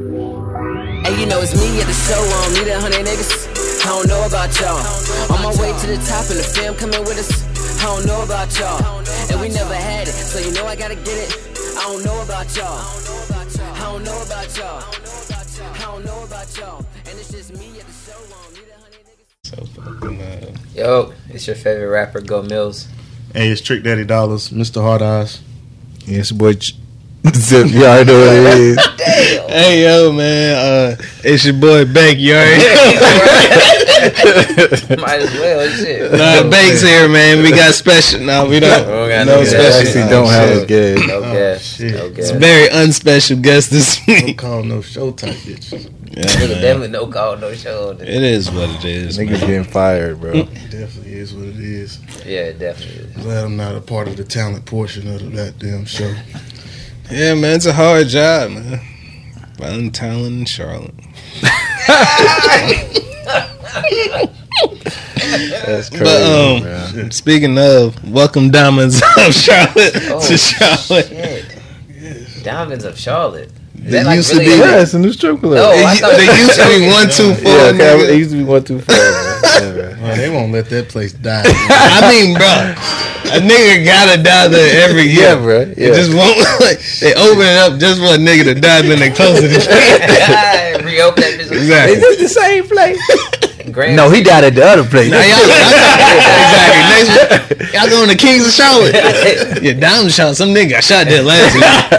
Hey, you know it's me at the show. I don't need a hundred niggas. I don't know about y'all. On my way to the top, and the fam coming with us. I don't know about y'all, and we never had it, so you know I gotta get it. I don't know about y'all. I don't know about y'all. I don't know about y'all, and it's just me at the show. I don't need a hundred niggas. So fucking uh, Yo, it's your favorite rapper, Go Mills. Hey, it's Trick Daddy Dollars, Mr. Hard Eyes. Yeah, it's your boy. Ch- Zip, you already know what it is. Hey yo, man, uh, it's your boy Bank. You already Might as well, shit. nah, Bank's here, man. We got special. No, we don't. We don't got no no Yeah, I special. special. actually don't Oh, have shit. a good. No Oh, guess. shit. No It's guess. very unspecial guest this don't week. call no showtime, bitch. Yeah, Nigga, definitely no call, no show. nigga. It is what it is. Niggas getting fired, bro. It definitely is what it is. Yeah, definitely. Glad I'm not a part of the talent portion of the goddamn show. Yeah, man, it's a hard job, man. Valentine and Charlotte. That's crazy, um, bro. Speaking of, welcome Diamonds of Charlotte Oh, to Charlotte. Shit. Diamonds of Charlotte. Is It used to be- Yeah, it's a new strip club. No, They, I thought- they used to be one two four. yeah, okay, nigga. it used to be one two four. man. Yeah, bro. Man, they won't let that place die. I mean, bro, a nigga gotta die there every year. Yeah, bro. It Yeah. just won't. Like, they open it up just for a nigga to die, then they close it. Reopen that business. Exactly. it the same place? Grand- No, he died at the other place. Now y'all, exactly. Next, y'all going to Kings of Charlotte? Yeah, down the shot. Some nigga got shot there last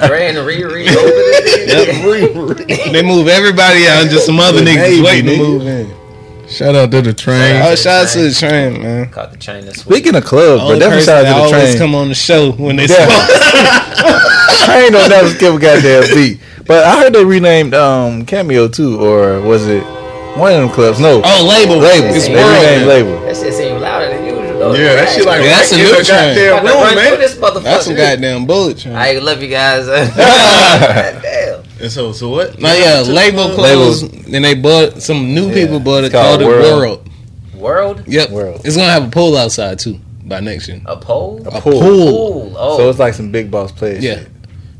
Grand re reopen it. year. They move everybody out, and just some other niggas Navy, waiting to nigga. move in. Shout out to the train. Oh, shout out to the train, man. Caught the China sweep. Speaking of clubs, Only but that's person besides that the always train. come on the show when they Yeah. smoke. I ain't don't never skip a goddamn beat. But I heard they renamed um Cameo too, or was it one of them clubs? No, Oh, label, label. It's they world. renamed label. That shit seemed louder than usual. Though. Yeah, that shit like Yeah, that's right a in new the train. goddamn I'm about to room, run through man. this motherfucker. That's some goddamn bullet train. I love you guys. Goddamn. And so, so what? No, yeah, label clothes, and they bought some new people bought it It's called, called the World. World. World? Yep, World. it's gonna have a pool outside too by next year. A pole? A pool. Pool. Oh. So it's like some big boss play. Yeah. shit.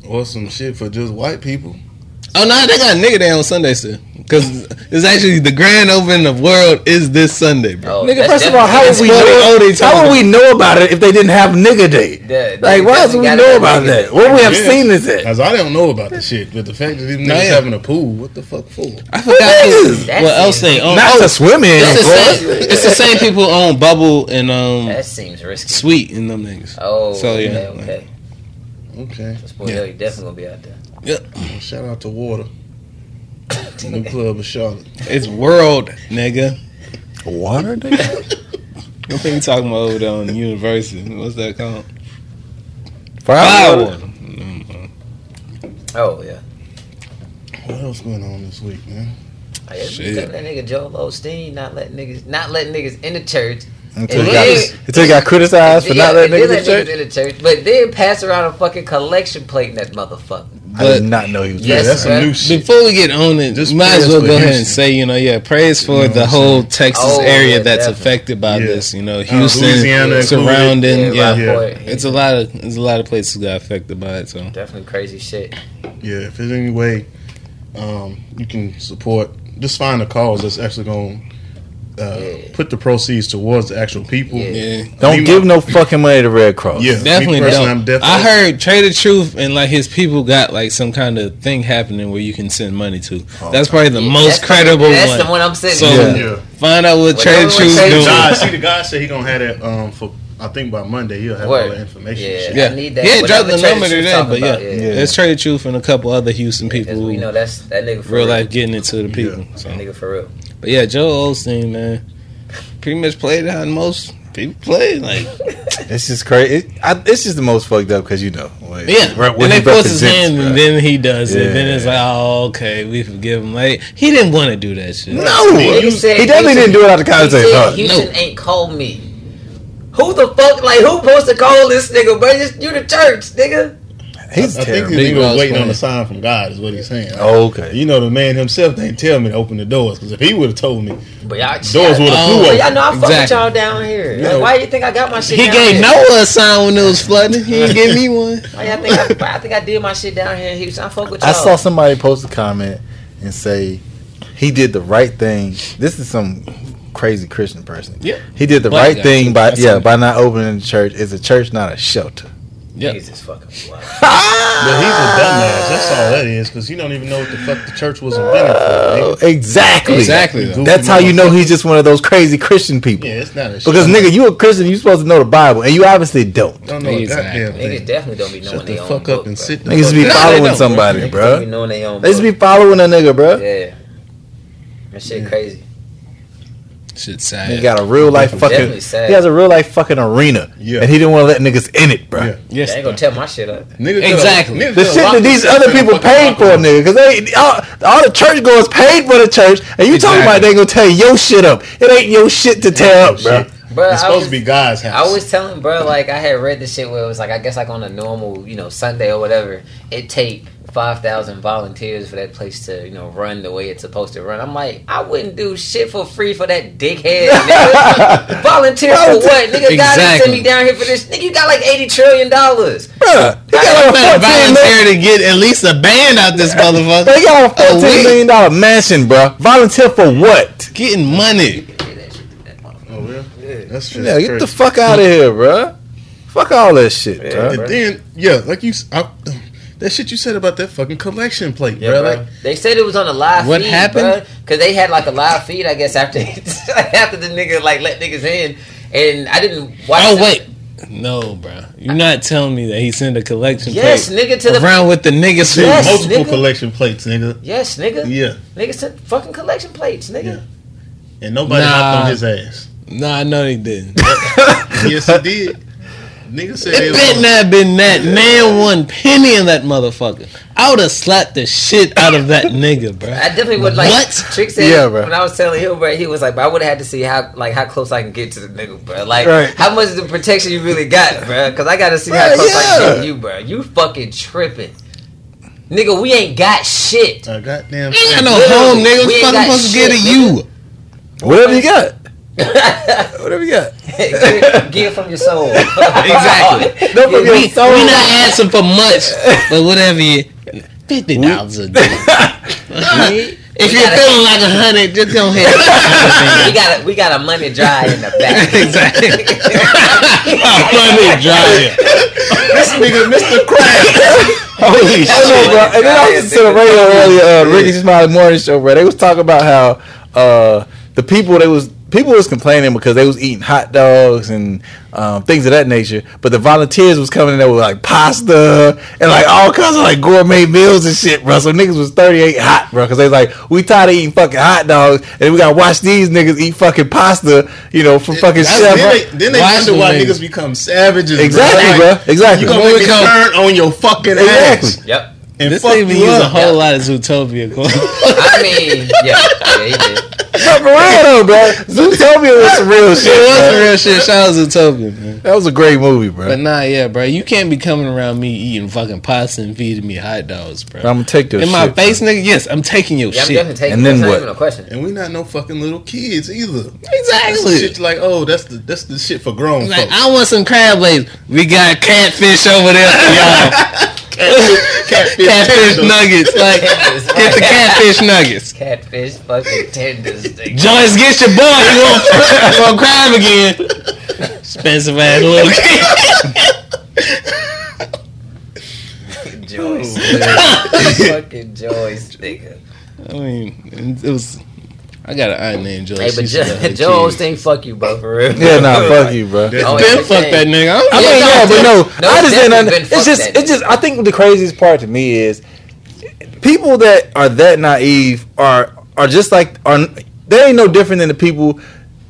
Or some shit for just white people. Oh no, they got nigga day on Sunday still, because it's actually the grand opening of World is this Sunday, bro. Oh, Nigga, that's first of all, how would definitely- we what they know? always How would talking we know about it if they didn't have Nigga Day? Yeah, Like, nigga why else definitely would we got know it. about Nigga that? What we have Yeah. seen is that? Cause I don't know about the shit, but the fact that these niggas yeah. having a pool, what the fuck for? I forgot Yes. what, That's what else it. they own. Not Oh, to swim in, it's, of the course. same, it's the same people own Bubble and um That seems risky. Sweet and them niggas. Oh, So, yeah. okay, okay. Okay, This boy, Yeah. Yo, you definitely gonna be out there. well, shout out to Water, the new club of Charlotte. It's World, nigga. Water Day? What thing you talking about over there on the University? What's that called? Flower. Flower. Oh yeah. What else going on this week, man? Like, if you Shit. think That nigga Joel Osteen not letting niggas not letting niggas in the church. Until And he then- got, until he got criticized for Uh, not Yeah, letting and then niggas in let church. in the church, but then pass around a fucking collection plate in that motherfucker. I did But- not know he was. Yes, that's sir. some new shit. Before we get on it, Just might as prayers well for go ahead Houston. and say, you know, yeah, praise for the I'm whole Texas Oh, area yeah, that's definitely. affected by Yeah. Uh, this. You know, Houston, Louisiana included. surrounding, Yeah, yeah, Rockport, yeah. it's a lot of it's a lot of places got affected by it. So Definitely crazy shit. Yeah, if there's any way um, you can support, just find a cause that's actually going to uh, Yeah. put the proceeds towards the actual people. Yeah. yeah, Don't Me- give no fucking money to Red Cross. Yeah. Me definitely personally, don't. I'm definitely- I heard Trader Truth and like his people got like some kind of thing happening where you can send money to. that's probably the Yeah, most that's credible The, that's one. the one I'm sending. So Yeah. Oh, Yeah. find out what Whatever Trader one Truth Trader doing. God, see, the guy said he gonna have that um, for I think by Monday he'll have all Word. the information. and Yeah, shit. Yeah. I need that. Yeah, drop Whatever the Trader number True's today, talking but yeah. about, Yeah. There's Trader Truth and a couple other Houston people. Because we know who that's that nigga for Real real. life getting it to the people. So. That nigga for real. But yeah, Joe Osteen, man, pretty much played how most people play. Like, It's just crazy. It, I, it's just the most fucked up because you know. Like, yeah, right, what and he they force his represents, hand, bro. and then he does it. Then Yeah. it's like, oh, okay, we forgive him. Like, he didn't want to do that shit. no, He he, said- definitely he didn't do it out of He context. said Huh? Houston ain't called me. Who the fuck? Like who supposed to call this nigga? But you the church, nigga. He's I think terrible. he's even Negroes waiting on playing. a sign from God, is what he's saying. Oh, okay. You know, the man himself didn't tell me to open the doors because if he would have told me, But y'all, doors would have Oh, flew But open. y'all know I fuck with Exactly. y'all down here. Yeah. Why you think I got my shit? He down gave here? Noah a sign when it was flooding. He didn't give me one. Why y'all think I, I think I did my shit down here in Houston. I fuck with y'all. I saw somebody post a comment and say he did the right thing. This is some crazy Christian person. Yeah. He did the Black right guy, thing too. by That's yeah, something. by not opening the church. Is a church not a shelter? Yeah. Jesus fucking Christ. but he's Ah. a dumbass. That's all that is because he don't even know what the fuck the church was invented for. Oh, nigga. exactly. Exactly. Goofy That's how you know motherfucker. he's just one of those crazy Christian people. Yeah, it's not a Because nigga, you a Christian, you supposed to know the Bible, and you obviously don't. don't know a goddamn Exactly. Niggas thing. definitely don't be knowing Shut they the own fuck book, up and bro. sit the Niggas fuck be down. following they don't, somebody, Niggas bro. don't be knowing they own. They just be book. following a nigga, bro. yeah. That shit crazy. Shit, He sad. got a real life fucking. Definitely sad. He has a real life fucking arena, Yeah. and he didn't want to let niggas in it, bro. Yeah. yes. They ain't gonna tear my shit up. Nigga could've- Exactly. nigga The could've shit that locked these himself other in a people fucking paid locker for, room. nigga, because they all, all the churchgoers paid for the church, and you talking about Exactly. they gonna tear your shit up. It ain't your shit to tear up, bro. Shit. Bro, I It's supposed was- to be God's house. I was telling bro, like I had read this shit where it was like I guess like on a normal, you know, Sunday or whatever, it take five thousand volunteers for that place to, you know, run the way it's supposed to run. I'm like, I wouldn't do shit for free for that dickhead. Nigga. Volunteer for what? Nigga, God didn't send me Exactly. down here for this. Nigga, you got like eighty trillion dollars. Bro, he got better like a fourteen million. volunteer to get at least a band out this motherfucker. They got a A fourteen week. million dollar mansion, bro. Volunteer for what? Getting money. Oh, yeah? That's just Yeah, get crazy. the fuck out of here, bro. Fuck all that shit, bro. And then, yeah, like you, s- I, that shit you said about that fucking collection plate, Yeah, bro. bro. Like, they said it was on a live What feed, happened? Because they had like a live feed, I guess, after after the nigga like let niggas in, and I didn't watch. Oh the- wait, no, bro. You're not telling me that he sent a collection yes, plate nigga, to the around with the niggas who Yes, multiple nigga. collection plates, nigga. yes, nigga, Yeah, nigga sent fucking collection plates, nigga. and nobody Nah. hopped on his ass. No, I know he didn't. Yes, he did. Nigga said it It was bet on- not been that man one penny in that motherfucker. I would have slapped the shit out of that nigga, bro. I definitely would like. What? Trick said Yeah, bro. when I was telling him, bro, he was like, "Bro, I would have had to see how like how close I can get to the nigga, bro. Like Right. how much of the protection you really got, bro? Because I got to see how Bro, close I can get yeah. to you, bro. You fucking tripping, nigga. We ain't got shit. a goddamn. I ain't got thing. no Literally, home, nigga. we What ain't the fuck got I'm supposed to shit, get at you? Whatever you got. Whatever you got. give, give from your soul. Exactly. Don't forget We, so we not asking for much, but whatever you. Fifty dollars a day. if you're feeling like a hundred, just go ahead. we got a, we got a money drive in the back. exactly. Money dryer. This nigga, Mr. Crab. Holy I know, bro. And then I was listening to the radio earlier, uh, Ricky Smiley Morning Show, bro. They was talking about how uh, the people they was people was complaining because they was eating hot dogs and um, things of that nature, but the volunteers was coming in there with like pasta and like all kinds of like gourmet meals and shit, bro. So niggas was thirty eight hot, bro, because they was like we tired of eating fucking hot dogs and we gotta watch these niggas eat fucking pasta, you know, from fucking That's- chef. Then they, then they Why wonder some why niggas- niggas become savages. bruh. Exactly, Like, bro. You Exactly. gonna When make we me come- turn on your fucking ass Exactly. Yep. and This fuck nigga you used a up. whole lot of Zootopia. quotes. I mean, yeah, yeah, he did. Bro, for real though, bro. Zootopia was some real shit. it was bro. some real shit. Shout out Zootopia, man. That was a great movie, bro. But nah, yeah, bro. You can't be coming around me eating fucking pasta and feeding me hot dogs, bro. I'm gonna take this In my shit, face, nigga. Yes, I'm taking your Yeah, I'm definitely shit. taking. And that's not then what? even a question. And we not no fucking little kids either. That's the Exactly. shit like, oh, that's the that's the shit for grown Like, folks. I want some crab legs. We got catfish over there for y'all. Catfish, catfish tenders. nuggets. Like, get the catfish nuggets. Catfish fucking tenders. nigga. Joyce, get your boy. He gonna, he gonna crab again. Expensive ass little kid. Joyce. nigga. fucking Joyce, nigga. I mean, it was. I got an aunt named Joyce. Hey, but She used to jo- love Joe her kids. thing, fuck you, bro, for real. Yeah, nah, fuck you, bro. That- Oh, yeah. Then fuck that nigga. I don't I give a mean, no, yeah, but no, no, I just didn't. definitely Under- been it's fucked just, at. it's just. I think the craziest part to me is people that are that naive are are just like are. They ain't no different than the people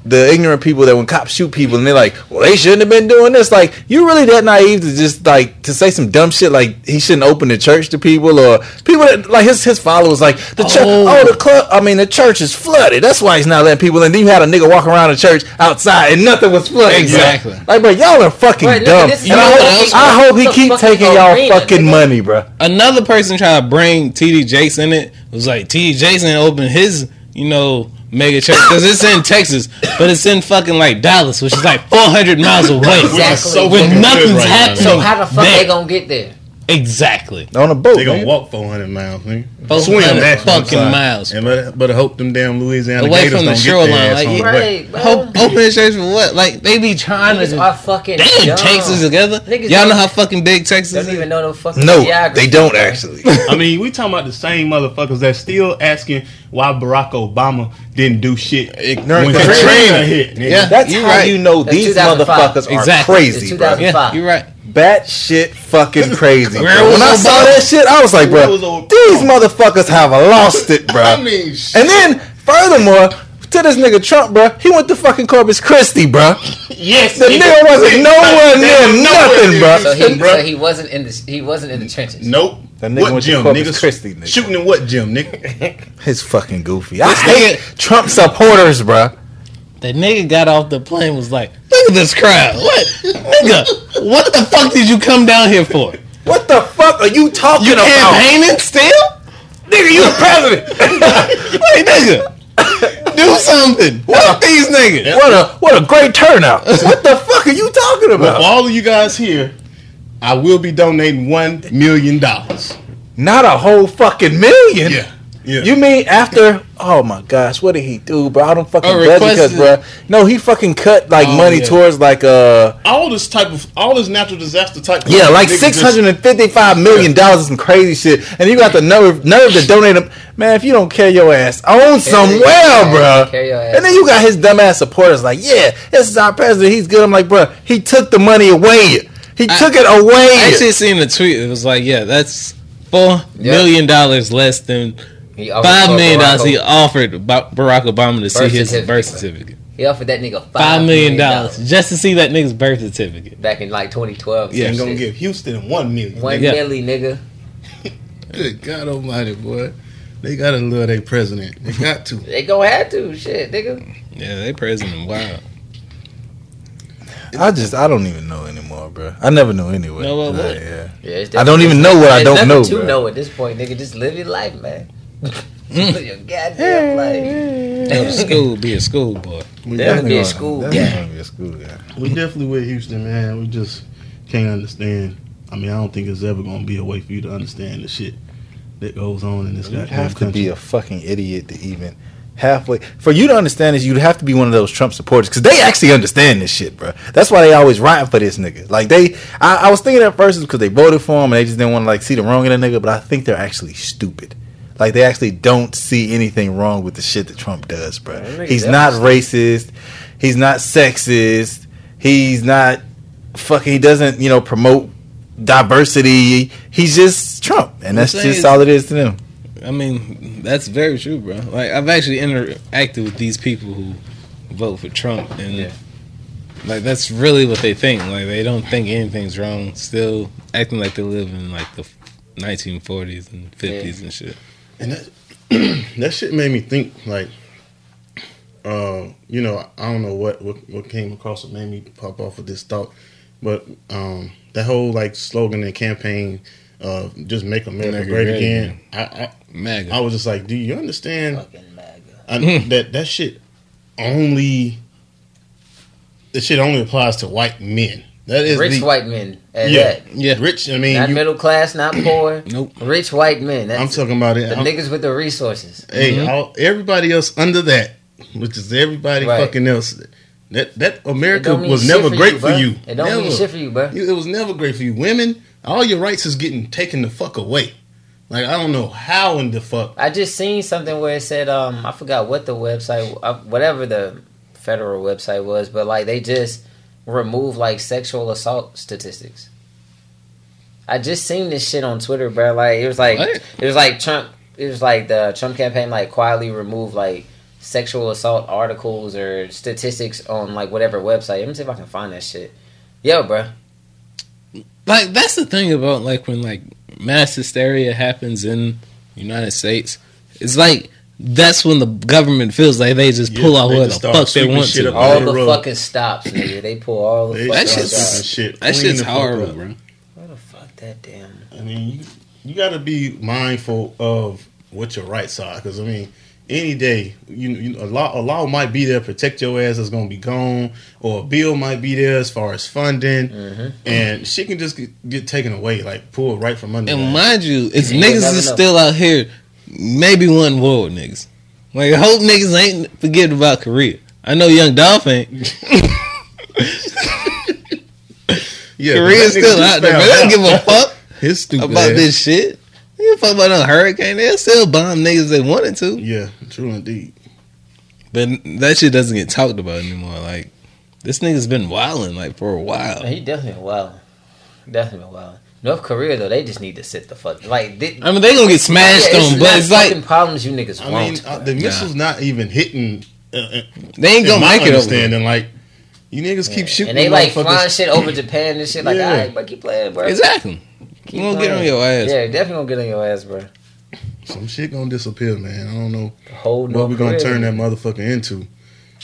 the ignorant people that when cops shoot people and they're like, well, they shouldn't have been doing this. Like, you really that naive to just like to say some dumb shit like he shouldn't open the church to people or people that like his his followers like the church. Oh. Oh, the club. I mean, the church is flooded. That's why he's not letting people in. Then you had a nigga walk around the church outside and nothing was flooded. Exactly. Like, bro, y'all are fucking Right, nigga, dumb. this is and a I hope, fucking- I hope he it's a keep fucking taking y'all arena, fucking nigga. money, bro. Another person tried to bring TD Jason in it. It was like TD Jason opened his, you know, mega church because it's in Texas, but it's in fucking like Dallas, which is like 400 miles away. Which is so Exactly. When fucking good nothing's right now, happening. nigga. So how the fuck Man. they gonna get there? Exactly. On a boat. They nigga. gonna walk 400 miles, nigga. 400 that fucking shit. miles, And let, but I hope them damn Louisiana Away Gators from the don't shoreline, get their ass like, on the yeah. way. Right, bro. Hope, open the church for what? Like they be trying Niggas to are fucking damn dumb. Texas together. Niggas Y'all know don't- how fucking big Texas is. Don't even know no fucking No, geography, they don't bro. actually. I mean, we talking about the same motherfuckers that still asking why Barack Obama didn't do shit Ignorant when Katrina. Katrina hit. Nigga. Yeah. That's You how right. you know That's these 2005. motherfuckers are Exactly. It's crazy, bro. 2005. yeah, you're right. Bat shit fucking crazy. bro. Where was When I Obama? saw that shit, I was like, Where bro, was Obama? these motherfuckers have lost it, bro. I mean, shit. and then, furthermore, to this nigga Trump, bro, he went to fucking Corpus Christi, bro. Yes, The nigga wasn't nowhere near So nothing, bro. he, Bro. so he wasn't in the he wasn't in the trenches. Nope. That nigga what went to gym, Corpus nigga? Christi, nigga. Shooting in what gym, nigga? He's fucking goofy. I hate Trump supporters, bro. That nigga got off the plane was like, look at this crowd. What? nigga, what the fuck did you come down here for? What the fuck are you talking You about? campaigning still? Nigga, you the president. Hey, nigga, do something. Help these niggas. what a what a great turnout. What the fuck are you talking Well, about? for all of you guys here, I will be donating one million dollars. Not a whole fucking million. Yeah, yeah. You mean after? Oh my gosh, what did he do, bro? I don't fucking Oh, budget requested- cuts, bro. No, he fucking cut like Oh, money yeah. towards like uh all this type of all this natural disaster type. yeah, like niggas six hundred and fifty five million dollars is some crazy shit, and you got the nerve nerve to donate him, man. If you don't care your ass, own somewhere, ass. bro. Carry your ass. And then you got his dumb ass supporters like, yeah, this is our president. He's good. I'm like, bro, he took the money away. He took it away. I actually seen a tweet. It was like, yeah, that's four million Yeah. dollars less than He offered five million Barack dollars he offered Ba- Barack Obama to see Birth his certificate. birth certificate. He offered that nigga five, Five million dollars just to see that nigga's birth certificate. back in like 2012. Yeah. Ain't gonna Shit. give Houston one million. one Yeah. milli, nigga. Good God Almighty, boy, they gotta love their president. They got to. They gonna have to shit, nigga. Yeah, they president. Wow. I just I don't even know anymore, bro. I never knew anyway. No, what, Uh, what? yeah. Yeah, it's I don't even know what I There's don't know, nothing bro. To know at this point, nigga, just live your life, man. Mm. Live your goddamn life. Go to school, be a schoolboy. We, Yeah. def- be a school Definitely gonna be a school guy. we definitely with Houston, man. We just can't understand. I mean, I don't think it's ever gonna be a way for you to understand the shit that goes on in this You'd goddamn have to country. be a fucking idiot to even halfway for you to understand this. You'd have to be one of those Trump supporters because they actually understand this shit, bro. That's why they always ride for this nigga. Like they, I, I was thinking at first because they voted for him and they just didn't want to like see the wrong in the nigga. But I think they're actually stupid. Like they actually don't see anything wrong with the shit that Trump does, bro. That nigga He's not racist. He's not sexist. He's not fucking. He doesn't you know promote diversity. He's just Trump, and that's thing is- just all it is to them. I mean, that's very true, bro. Like I've actually interacted with these people who vote for Trump, and Yeah. like that's really what they think. Like they don't think anything's wrong. Still acting like they live in like the 1940s and 50s and shit. and that that shit made me think like uh, you know i don't know what, what what came across it made me pop off with this thought but um that whole like slogan and campaign of just make america America great, great again, I, MAGA. I i was just like do you understand Fucking MAGA. I, that that shit only that shit only applies to white men that is Rich the, white men at yeah, that. Yeah. rich i mean Not you, middle class, not poor. Nope. Rich white men. That's i'm talking about it the Mm-hmm. I'm- niggas with the resources. Hey, all, everybody else under that, which is everybody Right. fucking else. That that It America don't mean was shit never great for bruh. you. It don't never. mean shit for you, bro. You- It was never great for you. Women, all your rights is getting taken the fuck away. Like I don't know how in the fuck. I just seen something where it said um I forgot what the website uh, whatever the federal website was, but like they just removed like sexual assault statistics. I just seen this shit on Twitter, bro. Like it was like What? it was like Trump. It was like the Trump campaign like quietly removed like sexual assault articles or statistics on like whatever website. Let me see if I can find that shit. Yo, bro. Like that's the thing about like when like mass hysteria happens in the United States, it's like that's when the government feels like they just pull Yeah, out they what the just start fuck they sweeping want shit to. up bro. All the the road. fucking stops, nigga. They pull all the They fucking That start shit's- stops. doing shit. That Clean shit's the fuck up. horrible, bro. Where the fuck that damn? I mean, you, you got to be mindful of what your rights are, because I mean, any day, you, you a law a law might be there to protect your ass that's gonna be gone, or a bill might be there as far as funding, Mm-hmm. and shit can just get, get taken away, like pulled right from under. And that. mind you, it's You niggas never is know. still out here. Maybe one world niggas. Like I hope niggas ain't forgetting about Korea. I know Young Dolph ain't. yeah, Korea's that nigga still just out there, but found they don't give out a fuck His stupid about ass. this shit. They don't fuck about no hurricane. They'll still bomb niggas they wanted to. Yeah, true indeed. But that shit doesn't get talked about anymore. Like this nigga's been wilding like for a while. He definitely been wild. Definitely been wild. North Korea though, they just need to sit the fuck like. They, I mean, they gonna get smashed Yeah, on, but not it's like fucking problems you niggas I mean, want. uh, the missile's not even hitting. Uh, uh, they ain't in gonna my make it over. there. understanding, like you niggas keep shooting, and they like motherfuckers. flying shit over Japan and shit. Like, Yeah. all right, but keep playing, bro. Exactly. You gonna get on your ass. Yeah, definitely gonna get on your ass, bro. Some shit gonna disappear, man. I don't know. The whole what North we gonna Korea. turn that motherfucker into.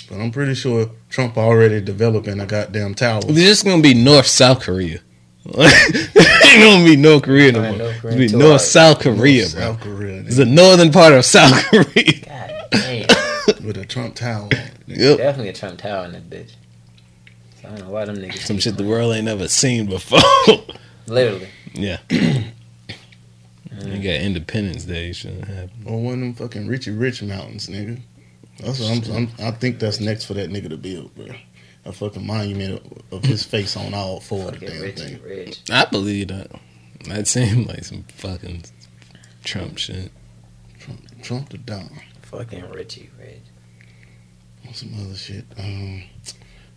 But I'm pretty sure Trump already developing a goddamn tower. It's just gonna be North South Korea. ain't gonna be North Korea no more. Alright, North It's Korea gonna be too, North alright. South Korea, bro. South Korea, It's the northern part of South Korea. God damn, with a Trump tower. on it. Yep. definitely a Trump Tower in that bitch. So I don't know why them niggas. Some shit the world ain't never seen before. Literally, yeah. You got Independence Day shouldn't happen. Or one of them fucking Richie Rich mountains, nigga. That's what I'm, I'm. I think that's next for that nigga to build, bro. A fucking monument of, of his face on all four of the get damn rich thing. and rich. I believe that. That seemed like some fucking Trump shit. Trump, Trump the Don. Fucking Richie Rich. Some other shit. Um,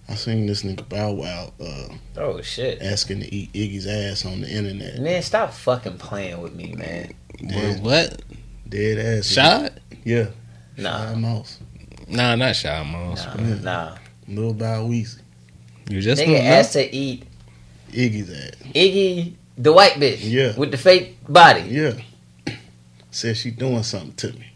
I seen this nigga Bow Wow uh, Oh shit. asking to eat Iggy's ass on the internet. Man, stop fucking playing with me, man. Where Dead, what? dead ass. Shot? Yeah. Nah, Moss. Nah, not shot, Moss. nah, man. nah. Lil Bow Weezy. You just Nigga don't know. asked to eat Iggy's ass. Iggy, the white bitch, Yeah. with the fake body. Yeah. Says she doing something to me.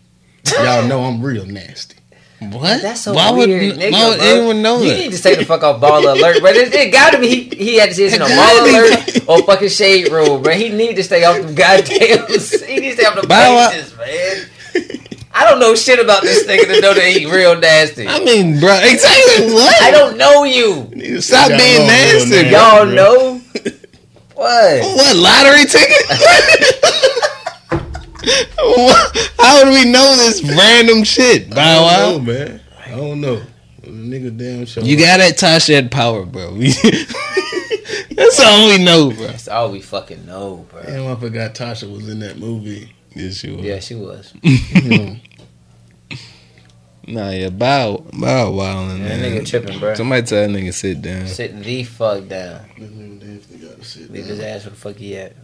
Y'all know I'm real nasty. What? That's so why would, weird, nigga, why would bro. anyone know you that? need to take the fuck off baller alert, bro. It, it gotta be he, he had to say it's in a baller alert or fucking shade rule, bro. He need to stay off them goddamn. he needs to stay off the Bow Wow- pages, man. I don't know shit about this nigga to know that he real nasty. I mean, bro, exactly what? I don't know you. Stop Y'all being know I'm real nasty, bro. Y'all bro. know what? What lottery ticket? What? How would we know this random shit? Bow I don't Wow, know, man. I don't know. The nigga damn sure. you got that Tasha at power, bro. That's all we know, bro. That's all we fucking know, bro. Damn, I forgot Tasha was in that movie. Yes, you Yeah, she was. You know, Nah, yeah, bow, bow, wow, That man. nigga tripping, bro. Somebody tell that nigga sit down. Sit the fuck down. that nigga definitely gotta sit Leave his down. ass where the fuck he at.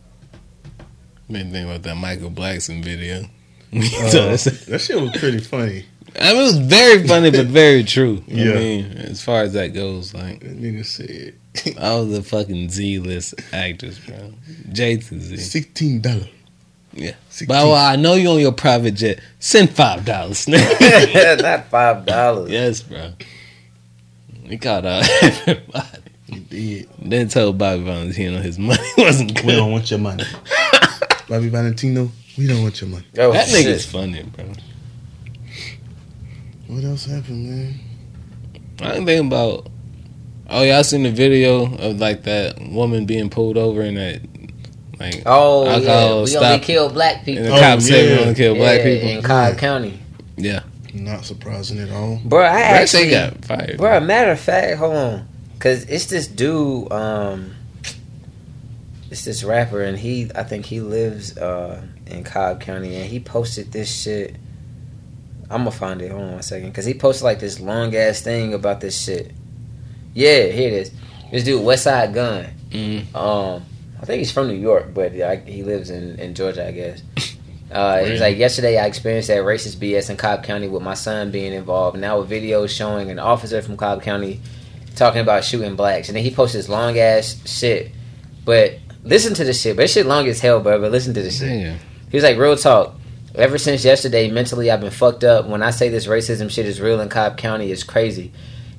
Made me think about that Michael Blackson video. Uh, that shit was pretty funny. I mean, it was very funny, but very true. Yeah. I mean, as far as that goes, like That nigga said I was a fucking Z list actress, bro. J to Z. sixteen dollar. Yeah. Sixteen. Bow Wow, I know you on your private jet. Send five dollars. Not five dollars. yes, bro. He caught out. You did. then told Bobby Valentino his money wasn't We good. don't want your money. Bobby Valentino, we don't want your money. Oh, That shit. nigga's funny, bro. What else happened, man? I ain't thinking about. Oh y'all seen the video of like that woman being pulled over and that like Oh Alcohol yeah, we stop. only kill black and people. the Oh, cops said yeah. we only kill black Yeah, people. in Cobb County, Not surprising at all. bro. I That shit actually, got fired. bro. Matter of fact, hold on, cause it's this dude. Um, it's this rapper, and he, I think he lives uh in Cobb County, and he posted this shit. I'm gonna find it. Hold on one second, cause he posted like this long ass thing about this shit. Yeah, here it is. This dude, West Side Gun. Mm. Um, I think he's from New York, but yeah, I, he lives in, in Georgia, I guess. Uh, He was Really? like, yesterday I experienced that racist BS in Cobb County with my son being involved. Now a video showing an officer from Cobb County talking about shooting blacks, and then he posted this long ass shit. But listen to this shit. But this shit long as hell, bro. But listen to this shit. Damn. He was like, real talk. Ever since yesterday, mentally, I've been fucked up. When I say this racism shit is real in Cobb County, it's crazy.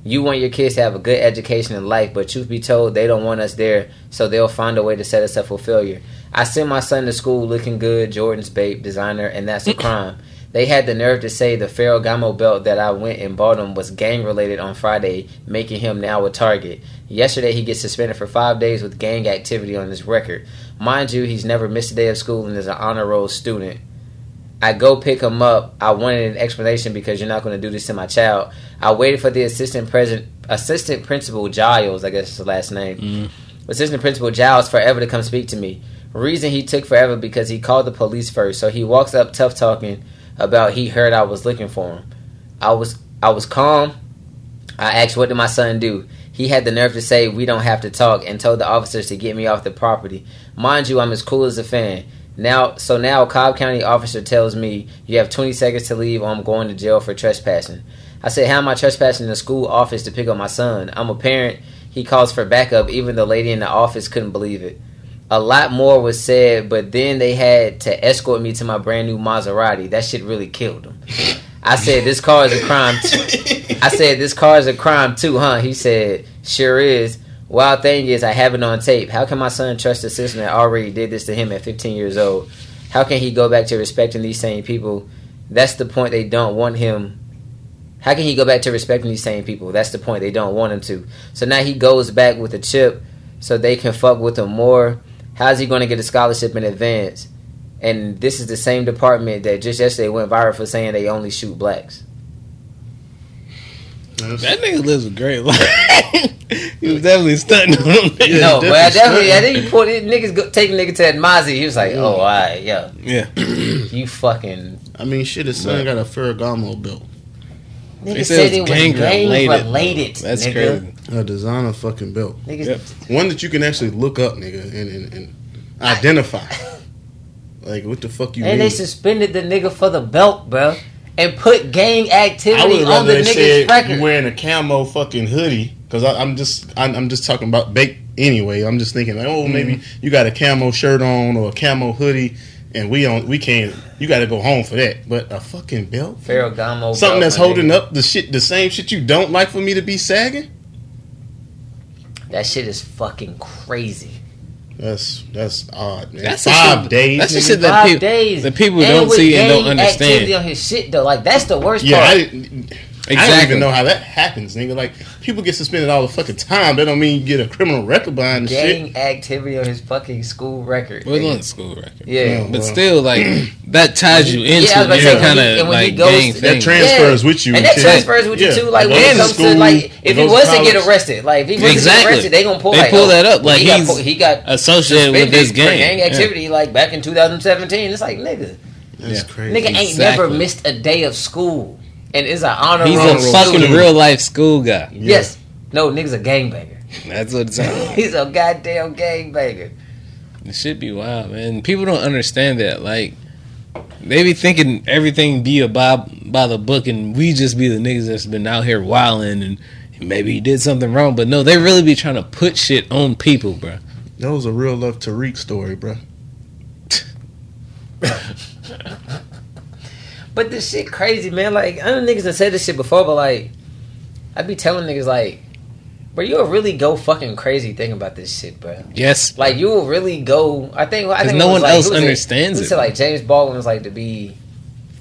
You want your kids to have a good education in life, but truth be told, they don't want us there, so they'll find a way to set us up for failure. I send my son to school looking good, Jordan's babe, designer, and that's a crime. They had the nerve to say the Ferragamo belt that I went and bought him was gang related on Friday, making him now a target. Yesterday, he gets suspended for five days with gang activity on his record. Mind you, he's never missed a day of school and is an honor roll student. I go pick him up. I wanted an explanation because you're not going to do this to my child. I waited for the assistant president, assistant principal Giles, I guess is the last name, assistant principal Giles, forever to come speak to me. Reason he took forever because he called the police first. So he walks up, tough talking about he heard I was looking for him. I was I was calm. I asked, "What did my son do?" He had the nerve to say, "We don't have to talk," and told the officers to get me off the property. Mind you, I'm as cool as a fan. Now, so now, Cobb County officer tells me you have 20 seconds to leave, or I'm going to jail for trespassing. I said, "How am I trespassing in the school office to pick up my son? I'm a parent." He calls for backup. Even the lady in the office couldn't believe it. A lot more was said, but then they had to escort me to my brand new Maserati. That shit really killed him. I said, "This car is a crime." I said, "This car is a crime too, huh?" He said, "Sure is." Wild thing is, I have it on tape. How can my son trust a system that already did this to him at 15 years old? How can he go back to respecting these same people? That's the point they don't want him. How can he go back to respecting these same people? That's the point they don't want him to. So now he goes back with a chip, so they can fuck with him more. How's he going to get a scholarship in advance? And this is the same department that just yesterday went viral for saying they only shoot blacks. That's- That nigga lives a great life. he was definitely stunting on them. Yeah, no, but I definitely definitely, I think he put it, niggas go, take nigga to that Mazi. He was like, oh, all right, yo, Yeah. you fucking. I mean, shit, his son got a Ferragamo belt. Niggas said said it's it was gang gang related. related. That's That's nigga. crazy. A designer fucking belt. Niggas, Yep. One that you can actually look up, nigga, and, and, and identify. like, what the fuck you And mean? they suspended the nigga for the belt, bro, and put gang I activity would on rather the they nigga's said record. you wearing a camo fucking hoodie because I'm just I'm, I'm just talking about bake anyway. I'm just thinking like, oh, maybe you got a camo shirt on or a camo hoodie, and we on we can't. You got to go home for that. But a fucking belt, Ferragamo something belt, that's my holding nigga. up the shit, the same shit you don't like for me to be sagging. That shit is fucking crazy. That's that's odd, man. That's the Five shit- days. that's the nigga. shit that- Five peop- days. that people And don't with see and don't gang understand. activity on his shit though, like that's the worst yeah, part. I didn't. I don't even know how that happens, nigga. Like people get suspended all the fucking time. That don't mean you get a criminal record behind the shit. gang activity on his fucking school record. Well, it's on the school record. yeah. Yeah. But still, like, that ties you into Yeah, I was about your to say, when kind he- of and when he like goes- gang that thing. trans- transfers with you And and that shit. transfers with you Yeah. too. Like Like, when goes it to comes school, to like if he goes to was to get college. arrested, like if he was to get Exactly. arrested, they gonna pull. They like, pull oh, that up, like, he got, he's pull- he got associated with suspended this for gang. gang Yeah. activity like back in 2017. It's like nigga, That's crazy. nigga ain't Exactly. never missed a day of school, and it's an honor He's roll a student. fucking real life school guy. Yes, no nigga's a gangbanger. That's what it's all He's a goddamn gangbanger. It should be wild, man. People don't understand that. Like, they be thinking everything be a by, by the book, and we just be the niggas that's been out here wilding, and maybe he did something wrong. But no, they really be trying to put shit on people, bro. That was a real love Tariq story, bro. But this shit crazy, man. Like I know niggas have said this shit before, but like I be telling niggas like, bro, you'll really go fucking crazy thinking about this shit, bro. Yes. Like you will really go. I think. I 'Cause think no it was, one like, else who was understands Who it. Said, like James Baldwin was like to be,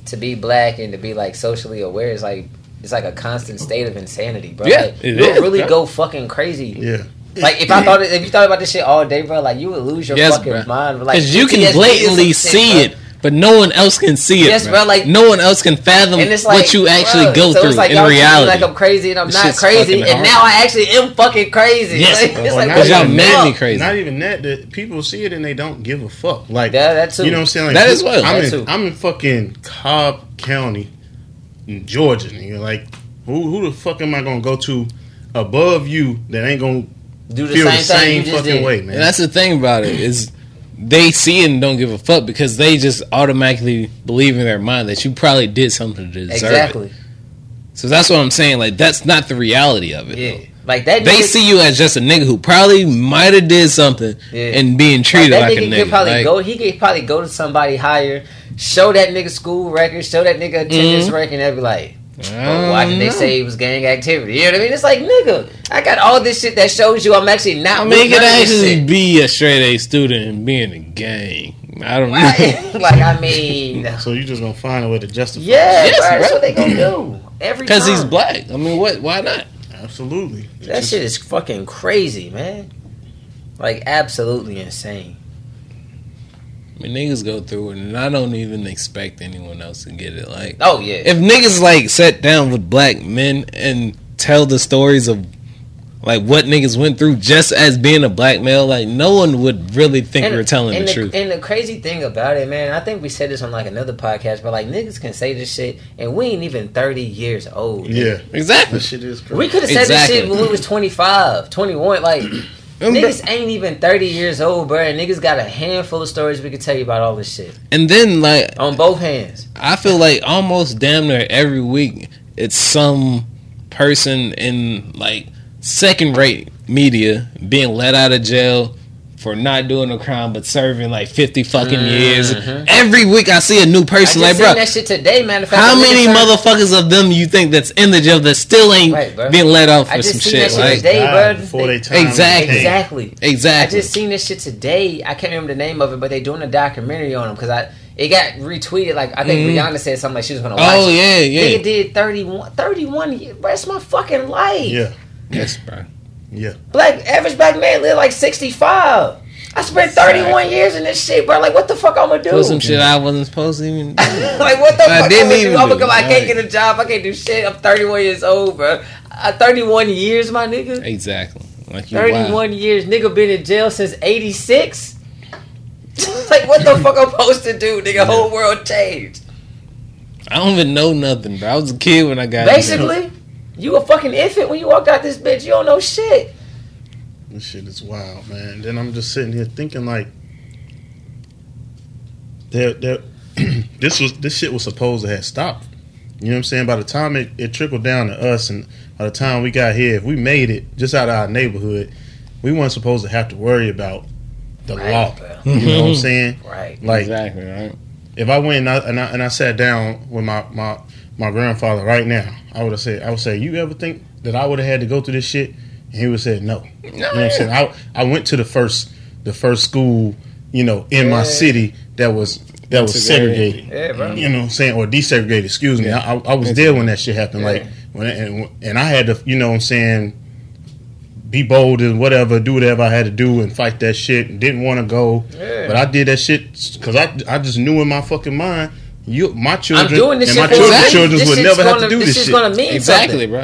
to be black and to be like socially aware is like it's like a constant state of insanity, bro. Yeah, like, it you'll is, really bro. go fucking crazy. Yeah. Like if I thought it- if you thought about this shit all day, bro, like you would lose your Yes, fucking bro. mind. Like Because you PTSD can is some blatantly shit, see bro. it, but no one else can see it. Yes, bro, like- no one else can fathom And it's like what you actually bro, go so through it's like in y'all treat me reality. Like I'm crazy and I'm This not shit's crazy, fucking and hard. now I actually am fucking crazy. Yes, Like, bro. it's like, Now Because what y'all the made me fuck? crazy. Not even Oh, that. That people see it and they don't give a fuck. Like Yeah, that too. You know what I'm saying? Like, That as well. I'm That in, too. I'm in fucking Cobb County, in Georgia, nigga. Like, who who the fuck am I gonna go to above you that ain't gonna Do the feel same the same thing you just fucking did. way, man? And that's the thing about it is they see it and don't give a fuck because they just automatically believe in their mind that you probably did something to deserve exactly. exactly. it. So that's what I'm saying. Like that's not the reality of it. Yeah, though. like that. They nigga- see you as just a nigga who probably might have did something Yeah. and being treated that like, a nigga nigga. could probably like, go. He could probably go to somebody higher, show that nigga school record, show that nigga attendance Mhm. record, and they'd be like, I "Well, why did don't they know. say it was gang activity?" You know what I mean? It's like, nigga, I got all this shit that shows you I'm actually I not. mean, with you could none of this actually shit. be a straight A student and be in a gang. I don't know. Right? like I mean, So you just gonna find a way to justify? it. yeah, Yes, bruh, that's bruh. what they gonna do every Because he's time. black. I mean, what? Why not? absolutely. It's That just- shit is fucking crazy, man. Like absolutely insane. I mean, niggas go through it, and I don't even expect anyone else to get it. Like, Oh yeah, if niggas like sat down with black men and tell the stories of like what niggas went through just as being a black male, like no one would really think we were telling and the, truth. And the crazy thing about it, man, I think we said this on like another podcast, but like niggas can say this shit, and we ain't even thirty years old. Yeah, exactly. that shit is. Crazy. We could have said this shit Exactly. when we was 25, 21. Like, niggas ain't even 30 years old, bro. And niggas got a handful of stories we could tell you about all this shit. And then like On both hands. I feel like almost damn near every week it's some person in like second rate media being let out of jail for not doing a crime but serving like 50 fucking years. Every week I see a new Mm-hmm. I just person like seen bro. that shit today, matter of fact. How I many literally- motherfuckers of them you think that's in the jail that still ain't Right, bruh. being let out for I just some seen shit? that shit Like, today. Hey, Die bro, before they they- time Exactly. Exactly. Exactly. I exactly. just seen this shit today. I can't remember the name of it, but they doing a documentary on him because I it got retweeted. Like I think Rihanna said something like she was gonna watch. Mm-hmm. oh it. yeah, yeah. Nigga did 31, 31 years. Bro, that's my fucking life. Yeah, Yes, bro. yeah. Black average black man live like sixty five. I spent thirty one years in this shit, bro. Like what the fuck I'm gonna do? Put some shit I wasn't supposed to even. like what the I fuck didn't I'm gonna even do? I'm gonna do come, I it. can't get a job. I can't do shit. I'm thirty one years old, bro. Uh, thirty one years, my nigga. exactly. Like you. Thirty Wow. one years, nigga. Been in jail since eighty six. like what the fuck I'm supposed to do, nigga? Whole world changed. I don't even know nothing, bro. I was a kid when I got. in jail. Basically, you a fucking infant when you walked out this bitch. You don't know shit. This shit is wild, man. Then I'm just sitting here thinking like, there, there. this was this shit was supposed to have stopped. You know what I'm saying? By the time it, it trickled down to us, and by the time we got here, if we made it just out of our neighborhood, we weren't supposed to have to worry about the Oh. law. bro. You know what I'm saying? Right. Like, exactly right. if I went and I, and I and I sat down with my my my grandfather right now, I would have said, I would say, you ever think that I would have had to go through this shit? And he would have said, no. You know what I'm saying? I I went to the first the first school, you know, in Yeah. my city that was that was Segregated. segregated. Yeah, bro. You know what I'm saying? Or desegregated, excuse me. I, I, I was there when that shit happened. Like when and, and I had to, you know what I'm saying, be bold and whatever, do whatever I had to do and fight that shit and didn't want to go. Yeah. But I did that shit cuz I I just knew in my fucking mind you my children I'm doing this shit and my for a children's children reason. would This never shit's have to gonna- do this, shit. shit. is gonna mean Exactly, something. bro.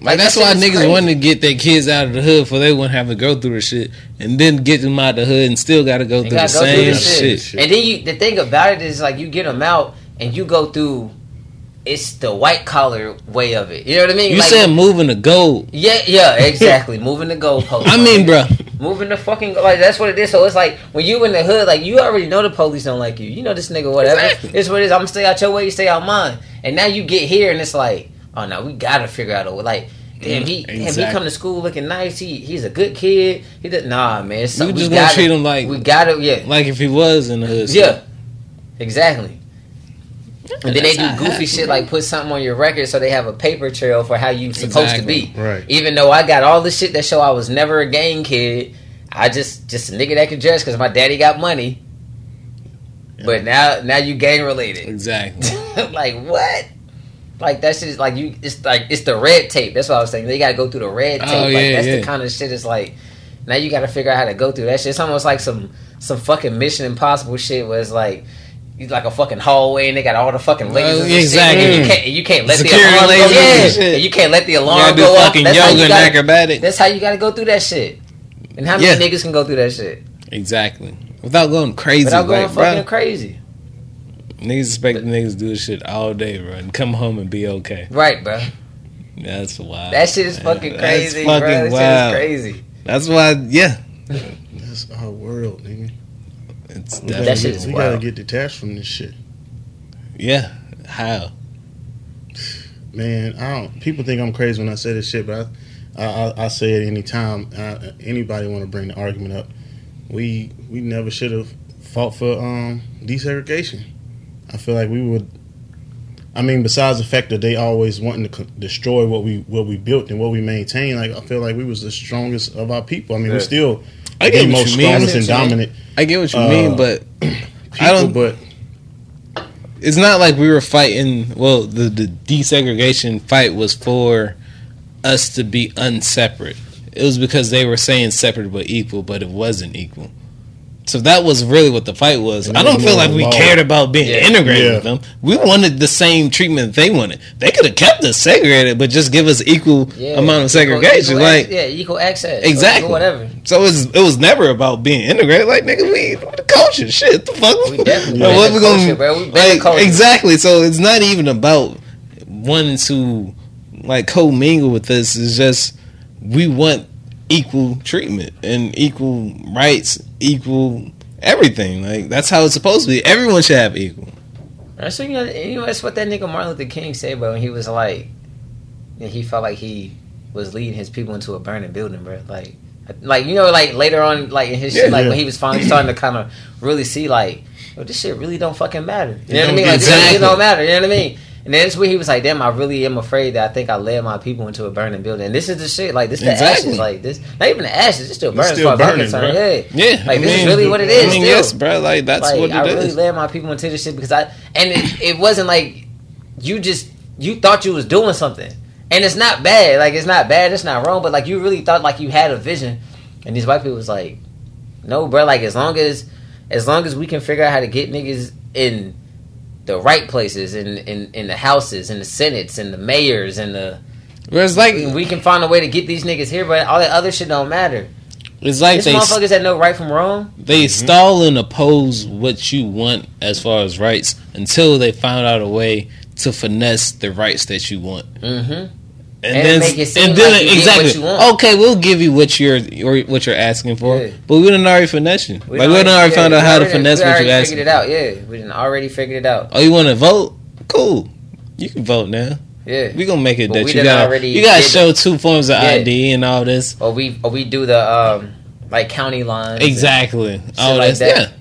Like, Like, that's that why shit is niggas crazy. wanted to get their kids out of the hood for they wouldn't have to go through the shit, and then get them out of the hood and still got to go through the gotta go through same this shit. shit. And then you, the thing about it is like you get them out and you go through. It's the white collar way of it. You know what I mean? You Like, said moving to gold. yeah, yeah, exactly. moving the goalpost. I mean, bro. moving the fucking like that's what it is. So it's like when you in the hood, like you already know the police don't like you. You know this nigga, whatever. It's what it is. I'm stay out your way, you stay out mine. And now you get here, and it's like, oh no, we gotta figure out a way. Like, damn, he damn, he exactly. come to school looking nice. He he's a good kid. He did nah, man. It's You something- we just gonna gotta- treat him like- we gotta yeah. Like if he was in the hood, still. Yeah, exactly. And then they do goofy shit like put something on your record so they have a paper trail for how you supposed to be. Right. Even though I got all the shit that show I was never a gang kid, I just just a nigga that could dress because my daddy got money. But now now you gang related. exactly. like what? Like that shit is like you. It's like it's the red tape. That's what I was saying. They gotta go through the red Oh, tape. like yeah, that's the yeah. kind of shit. It's like now you gotta figure out how to go through that shit. It's almost like some some fucking Mission Impossible shit. Where it's like it's like a fucking hallway and they got all the fucking ladies. Oh, and shit, exactly. and you can't and you can't let Security the alarm go. ladies and Yeah, shit. and you can't let the You gotta alarm do go off. fucking uh, That's how yoga you and gotta. acrobatics. That's how you gotta go through that shit. And how many Yeah. niggas can go through that shit Exactly. Without going crazy, without going like, fucking bro. crazy? niggas expect niggas to do this shit all day, bro, and come home and be okay. Right, bro. That's wild. That shit is man. fucking That's crazy, fucking bro. That shit wild. is crazy. That's why, yeah. That's our world, nigga. It's We gotta, definitely- shit get, is we gotta wild. get detached from this shit, yeah. How? man. I don't. People think I'm crazy when I say this shit, but I, I, I, I say it any time I, anybody want to bring the argument up. We we never should have fought for um, desegregation. I feel like we would. I mean, besides the fact that they always wanting to co- destroy what we what we built and what we maintain, like I feel like we was the strongest of our people. I mean, Yeah. we're still I the get what most you mean. strongest and I get what you mean. dominant I get what you Uh, mean, but people. I don't- but it's not like we were fighting. Well, the, the desegregation fight was for us to be unseparate. It was because they were saying separate but equal, but it wasn't equal. So that was really what the fight was. And I that don't was feel more like we law. cared about being Yeah. integrated Yeah. with them. We wanted the same treatment they wanted. They could have kept us segregated, but just give us equal Yeah, amount of equal- segregation. equal like ac- yeah, equal access, or Exactly. equal whatever. So it was, it was never about being integrated. Like nigga, we the culture, shit. The fuck, We definitely Like, been the culture, bro. We've been the like, culture. exactly. So it's not even about wanting to like commingle with us. It's just we want equal treatment and equal rights, equal everything. Like that's how it's supposed to be. Everyone should have equal. That's what, you know, you know, that's what that nigga Martin Luther King said, bro. When he was like, yeah, he felt like he was leading his people into a burning building, bro. Like, like you know, like later on, like in his shit, Yeah, like yeah. when he was finally starting to kind of really see, like, yo, this shit really don't fucking matter. You know what I don't mean? Like, this exactly. shit don't matter. You know what I mean? And then it's when he was like, damn, I really am afraid that I think I led my people into a burning building. And this is the shit, like, this the Exactly. ashes, like this, not even the ashes, it's still burning. as still far as I'm burning, concerned. bro. Yeah. Yeah, Like, I this is mean, really what it is. I mean, still yes, bro. Like that's like what it is. I really led my people into this shit because I and it, it wasn't like you just you thought you was doing something and it's not bad like it's not bad it's not wrong but like you really thought like you had a vision and these white people was like no bro like as long as as long as we can figure out how to get niggas in the right places in in, in the houses in the senates and the mayors and the Whereas like we can find a way to get these niggas here but all that other shit don't matter it's like these they motherfuckers that know right from wrong they stall and oppose what you want as far as rights until they found out a way to finesse the rights that you want. mm-hmm And, And then, make it seem and then like you get exactly. what you want. Okay, we'll give you what you're or what you're asking for, Yeah. but we didn't already finesse you. like we didn't already yeah, found we out how to already- finesse we what already you're figured asking. it out. Yeah, we done already figured it out. Oh, you want to vote? Cool, you can vote now. Yeah, We gonna make it But that we you done got already you got to did show two forms of Yeah. ID and all this. or we or we do the um like county lines. and- Exactly. All like this. that. Yeah.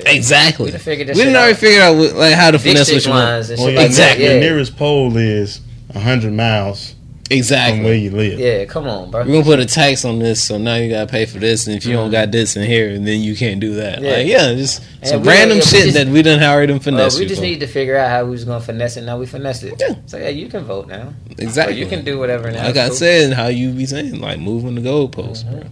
Hey, Exactly. We done figured this We shit didn't already out. figure out what, like how to finesse what District you want. Oh, lines and Well, shit yeah, like Exactly. The that. Yeah. nearest pole is hundred miles from Exactly. where you live. yeah, come on, bro. We're gonna put a tax on this, so now you gotta pay for this, and if you don't got this in here, and then you can't do that. Yeah. Like, yeah, just Yeah, some we- random yeah, we shit just- that we done hired and Uh, finesse. we you just for. need to figure out how we was gonna finesse it. Now we finessed it. Yeah. So yeah, you can vote now. Or exactly. you can do whatever now. like I said, how you be saying like moving the goalposts, bro. Uh-huh.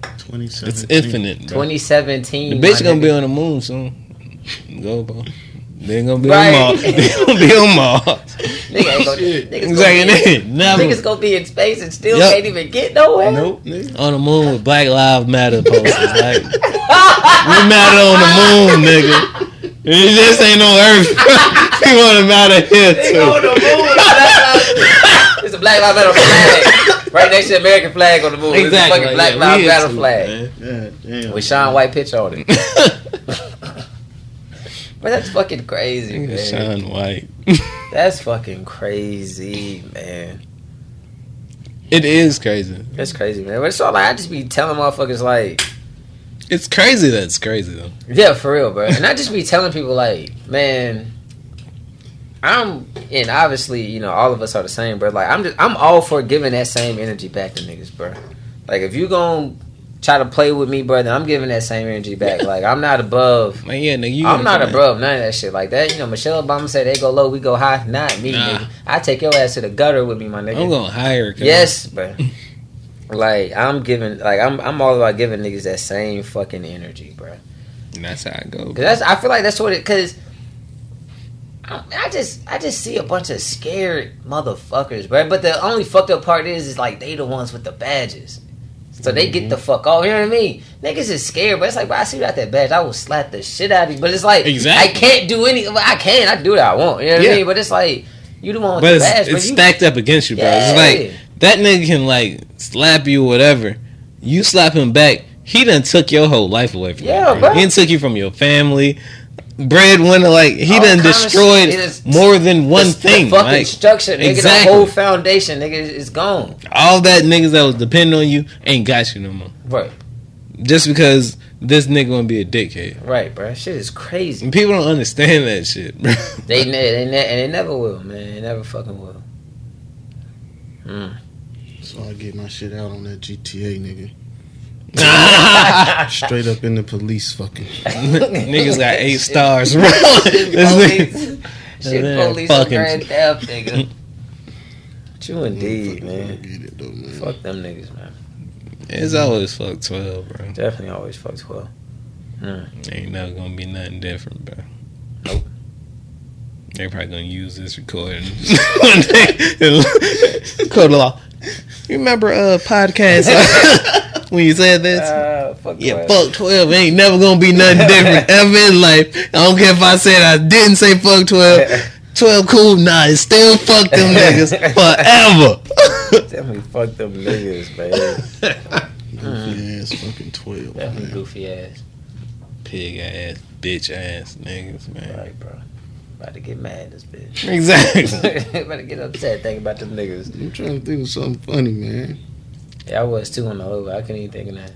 It's 2017. infinite. Bro. 2017. the bitch my gonna be nigga. on the moon soon. Goalpost. They gonna be Right. on Mars. They gonna be on Mars. Nigga ain't gonna, niggas, gonna Shit. be, exactly. niggas Never gonna be in space and still Yup. can't even get nowhere. Nope, nigga. on the moon with Black Lives Matter posters. Like we matter on the moon, nigga. It just ain't on Earth. we want to matter here They go on too. the moon. with Black Lives- It's a Black Lives Matter flag. Right next to the American flag on the moon. It's a fucking Black yeah, Lives we Matter into it, flag. man. Yeah, damn. With Sean White pitch on it. But that's fucking crazy, man. Sean White. That's fucking crazy, man. it is crazy. That's crazy, man. But it's all like I just be telling motherfuckers like, It's crazy. That's crazy though. yeah, for real, bro. And I just be telling people like, man, I'm and obviously you know all of us are the same, bro. Like I'm just I'm all for giving that same energy back to niggas, bro. Like if you gonna try to play with me, bro, then I'm giving that same energy back. Like I'm not above. Man, yeah, nigga, you gonna I'm not come above none of that shit like that. You know, Michelle Obama said they go low, we go high. Not me, Nah. nigga. I take your ass to the gutter with me, my in- nigga. I'm gonna hire. Cause Yes, but like I'm giving, like I'm, I'm all about giving niggas that same fucking energy, bro. and that's how I go. Cause that's, I feel like that's what it. Cause I, I just, I just see a bunch of scared motherfuckers, bro. But the only fucked up part is, is like they the ones with the badges. So they get the Mm-hmm. fuck off. You know what I mean? Niggas is scared, but it's like, bro, I see you got that badge, I will slap the shit out of you. But it's like, Exactly. I can't do any. well, I can, I can do what I want. You know what Yeah. I mean? But it's like, you the one with But the it's, badge, it's but you stacked up against you, bro. Yeah. It's like that nigga can like slap you, or whatever. You slap him back, He done took your whole life away from Yeah, you. bro. He done took you from your family. Breadwinner, like he All done kinda destroyed shit. It is- more than one The- thing. The fucking like, structure, nigga. Exactly. The whole foundation, nigga, is is gone. all that niggas that was depending on you ain't got you no more. Right, Just because this nigga gonna be a dickhead. right, bro. Shit is crazy. And people don't understand that shit, bro. They, ne- they, ne- and they never will, man. They never fucking will. Hmm. So I get my shit out on that GTA nigga. Straight up in the police fucking. Niggas got eight Shit. stars. bro. Shit, This nigga- Man, police. Shit, police and fucking- grand theft, nigga. True indeed, Motherfuckers don't man. Get it though, man. Fuck them niggas, man. It's always fuck twelve, bro. Definitely always fucks well. Hmm. Ain't never gonna be nothing different, bro. Nope. They're probably gonna use this recording. Code of law. You remember uh podcast when you said this? Uh, fuck yeah, well. fuck twelve ain't never gonna be nothing different ever in life. I don't care if I said I didn't say fuck twelve. Twelve cool, nah, it's still fuck them niggas forever. Definitely fuck them niggas, man. Goofy ass fucking twelve. Definitely man. goofy ass. Pig ass, bitch ass niggas, man. Right, bro. About to get mad at this bitch. Exactly. About to get upset thinking about them niggas. I'm trying to think of something funny, man. Yeah, I was too when I over. I couldn't even think of that.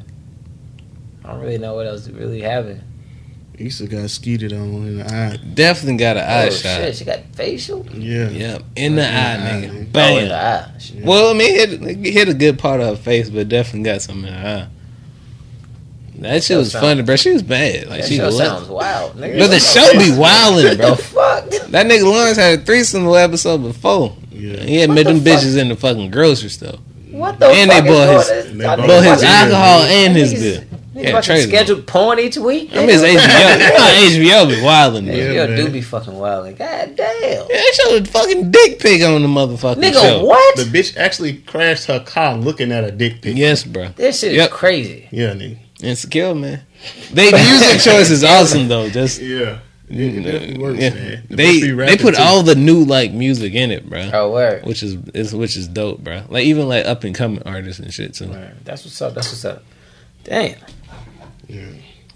I don't really know what else really happened. Issa got skeeted on in the eye. Definitely got an eye oh shot. shit, she got facial. Yeah. Yep, in the In the eye, eye, nigga. nigga. Oh, in the Bam. eye. She- eye. Well, I mean, hit it hit a good part of her face, but definitely got something in her eye. That shit Show was sound. funny, bro. She was bad. Like That she show was. sounds wild, nigga. But the show be wildin', bro. What the fuck? That nigga Lawrence had a threesome the episode before. Yeah. He had What met the them fuck? bitches in the fucking grocery store. What the And they fuck? is bought going his- on? they I bought mean, Both his fucking- alcohol and his Niggas- bill. Nigga Yeah, fucking trade scheduled porn each week. I mean, it's nigga. HBO. Nah, HBO be wildin', bro. Yeah, Yeah, Yo, man. do be fucking wild. Like, God damn. that showed a fucking dick pic on the motherfucking Nigga, show. what? The bitch actually crashed her car looking at a dick pic. Yes, bro. This shit Yep. is crazy. Yeah, nigga. Insecure, man. They music choice is awesome though. Just Yeah. It, it definitely works, Yeah. man. The They bitch be they rapping, put too. all the new like music in it, bro. Oh, word. Which is, is which is dope, bro. Like even like up and coming artists and shit too. Word. That's what's up. That's what's up. Damn. Yeah.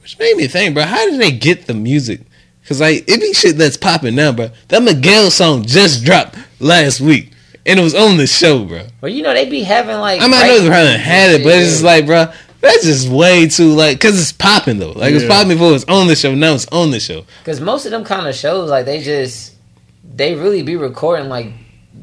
Which made me think, bro. How did they get the music? Cause like it be shit that's popping now, bro. That Miguel song just dropped last week, and it was on the show, bro. Well, you know, they be having like. I mean, I know they probably had it, but it's just Yeah. like, bro, that's just way too like, cause it's popping though. Like it's Yeah. popping before it was on the show. Now it's on the show. Because most of them kind of shows, like, they just. They really be recording, like,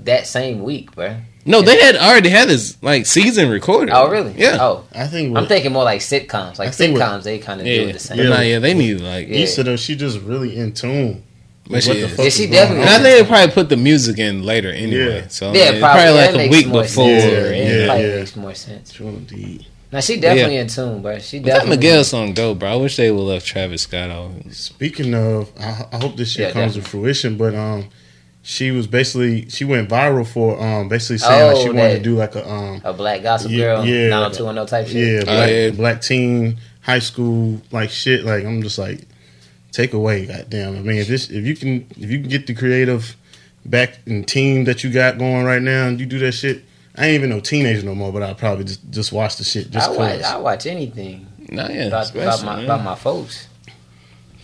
that same week, bro. No, they had already had this like season recorded. Oh, really? Yeah. Oh. I think I'm what thinking more like sitcoms. Like, I think what- sitcoms, they kind of do Yeah, it the same. yeah. Nah, yeah, they need like. Yeah. Issa though, she just really in tune. But with she what the is. fuck Yeah, is she going definitely- And I think they probably put the music in later anyway. Yeah. So Yeah, yeah, probably. probably That like a makes week more before. sense. Yeah, Yeah, It probably yeah. makes more sense. on. Indeed. Now, she definitely in tune, bro. She But That definitely. Miguel song dope, bro. I wish they would left Travis Scott off. Speaking of, I, I hope this shit Yeah, comes to definitely. fruition. But um, she was basically she went viral for um basically saying like Oh, she wanted to that- do like a um A black gossip Yeah, girl, yeah. 90210 type shit. yeah Oh, black, yeah. black teen high school like shit. Like I'm just like take away, goddamn. I mean, if this if you can if you can get the creative back and team that you got going right now, and you do that shit. I ain't even no teenager no more, but I probably just just watch the shit just I watch, 'cause. I watch anything Nah, yeah, about, about, especially, my, man. about my folks.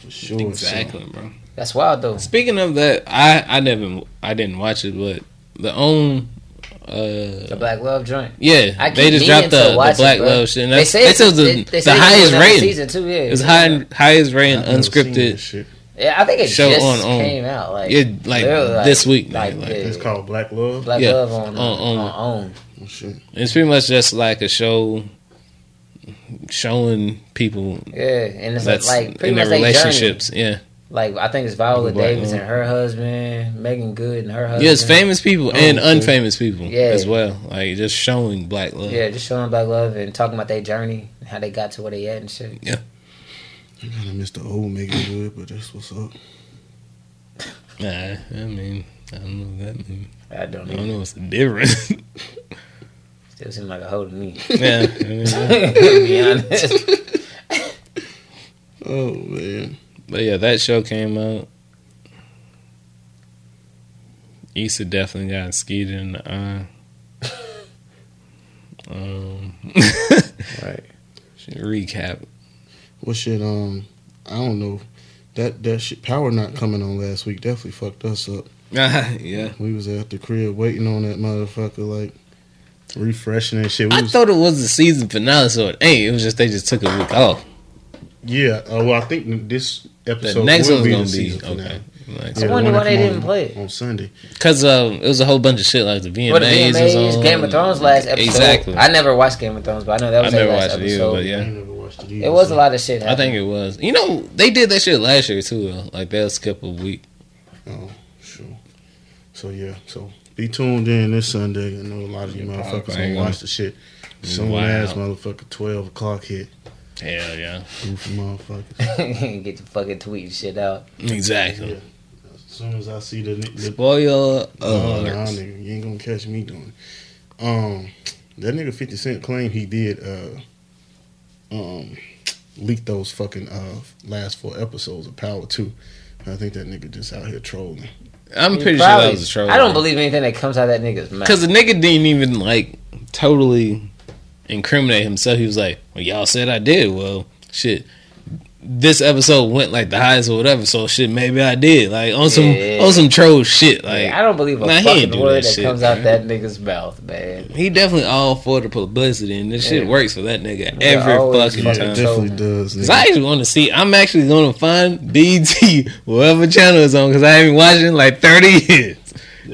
For sure. so- exactly, bro. That's wild though. Speaking of that, I I never I didn't watch it, but the own. The Uh, Black Love joint. yeah, keep they just dropped meaning to the, the watch it, Black bro. Love shit. And They that's, say they said the, they- they the say it's highest another rating. season too. Yeah, It was high, highest rating I've never seen that unscripted. shit. Yeah, I think it show just on- on- came out. Like Yeah, like, literally, this week, man, like- yeah, It's called Black Love. Black Yeah, Love on on- uh, on- on, OWN. Oh, shit. It's pretty much just like a show showing people Yeah, and it's that's like pretty in much their their relationships. Yeah, Like I think it's Viola Black Davis Love. and her husband, Megan Good and her husband. yeah, it's famous people and okay. unfamous people Oh, Yeah. as well. Like just showing black love. Yeah, just showing Black Love and talking about their journey, how they got to where they at and shit. I missed the old Megan Good, but that's what's up. Nah, I mean, I don't know what that means. I don't I know. don't know what's the difference. Mm-hmm. Still seem like a hoe to me. yeah, I mean, yeah. to be honest. Oh man, but yeah, that show came out. Issa definitely got skied in the eye. Um, right? she recap. What shit? Um, I don't know. That that shit, power not coming on last week definitely fucked us up. yeah. We was at the crib waiting on that motherfucker, like refreshing and shit. We I was, thought it was the season finale, so it ain't. It was just they just took a week off. yeah. Uh, well, I think this The episode next will one's be gonna the be season finale. okay. Yeah, the wonder one why that they come didn't on- play it. on Sunday. Because um, it was a whole bunch of shit like the VMAs, What the was VMAs, on. Game of Thrones last episode. Exactly. I never watched Game of Thrones, but I know that I was their never last watched it either, episode. but I yeah. ain't never watched it. Either, It was so a lot of shit. I think Happening. it was. You know, they did that shit last year too. Though. Like they'll skip a week. Oh, sure. So yeah, so be tuned in this Sunday. I know a lot of you Yeah, motherfuckers probably gonna ain't watch the shit. Some Wow. ass motherfucker twelve o'clock hit. Hell yeah. Goofy motherfuckers. Get the fucking tweet and shit out. Exactly. uh, Yeah. As soon as I see the, the Spoiler Oh, nah, alert. nigga, you ain't gonna catch me doing. It. Um, that nigga Fifty Cent claimed he did uh, um, leak those fucking uh last four episodes of Power Two. I think that nigga just out here trolling. I'm He pretty sure probably- that was a troll. I don't believe anything that comes out of that nigga's mouth. Because the nigga didn't even like totally incriminate himself. He was like, "Well, y'all said I did. Well, shit." This episode went like the highest or whatever, so shit. Maybe I did like on some Yeah. on some troll shit. Like I don't believe a Nah, he ain't fucking do word that, that shit, comes out man. that nigga's mouth, man. He definitely all for the publicity, and this shit Yeah. works for that nigga Yeah, every always fucking Yeah, fucking time. it trolling. definitely does. Cause I Nigga. actually want to see. I'm actually going to find BT, whatever channel it's on, because I haven't watched it in like 30 years,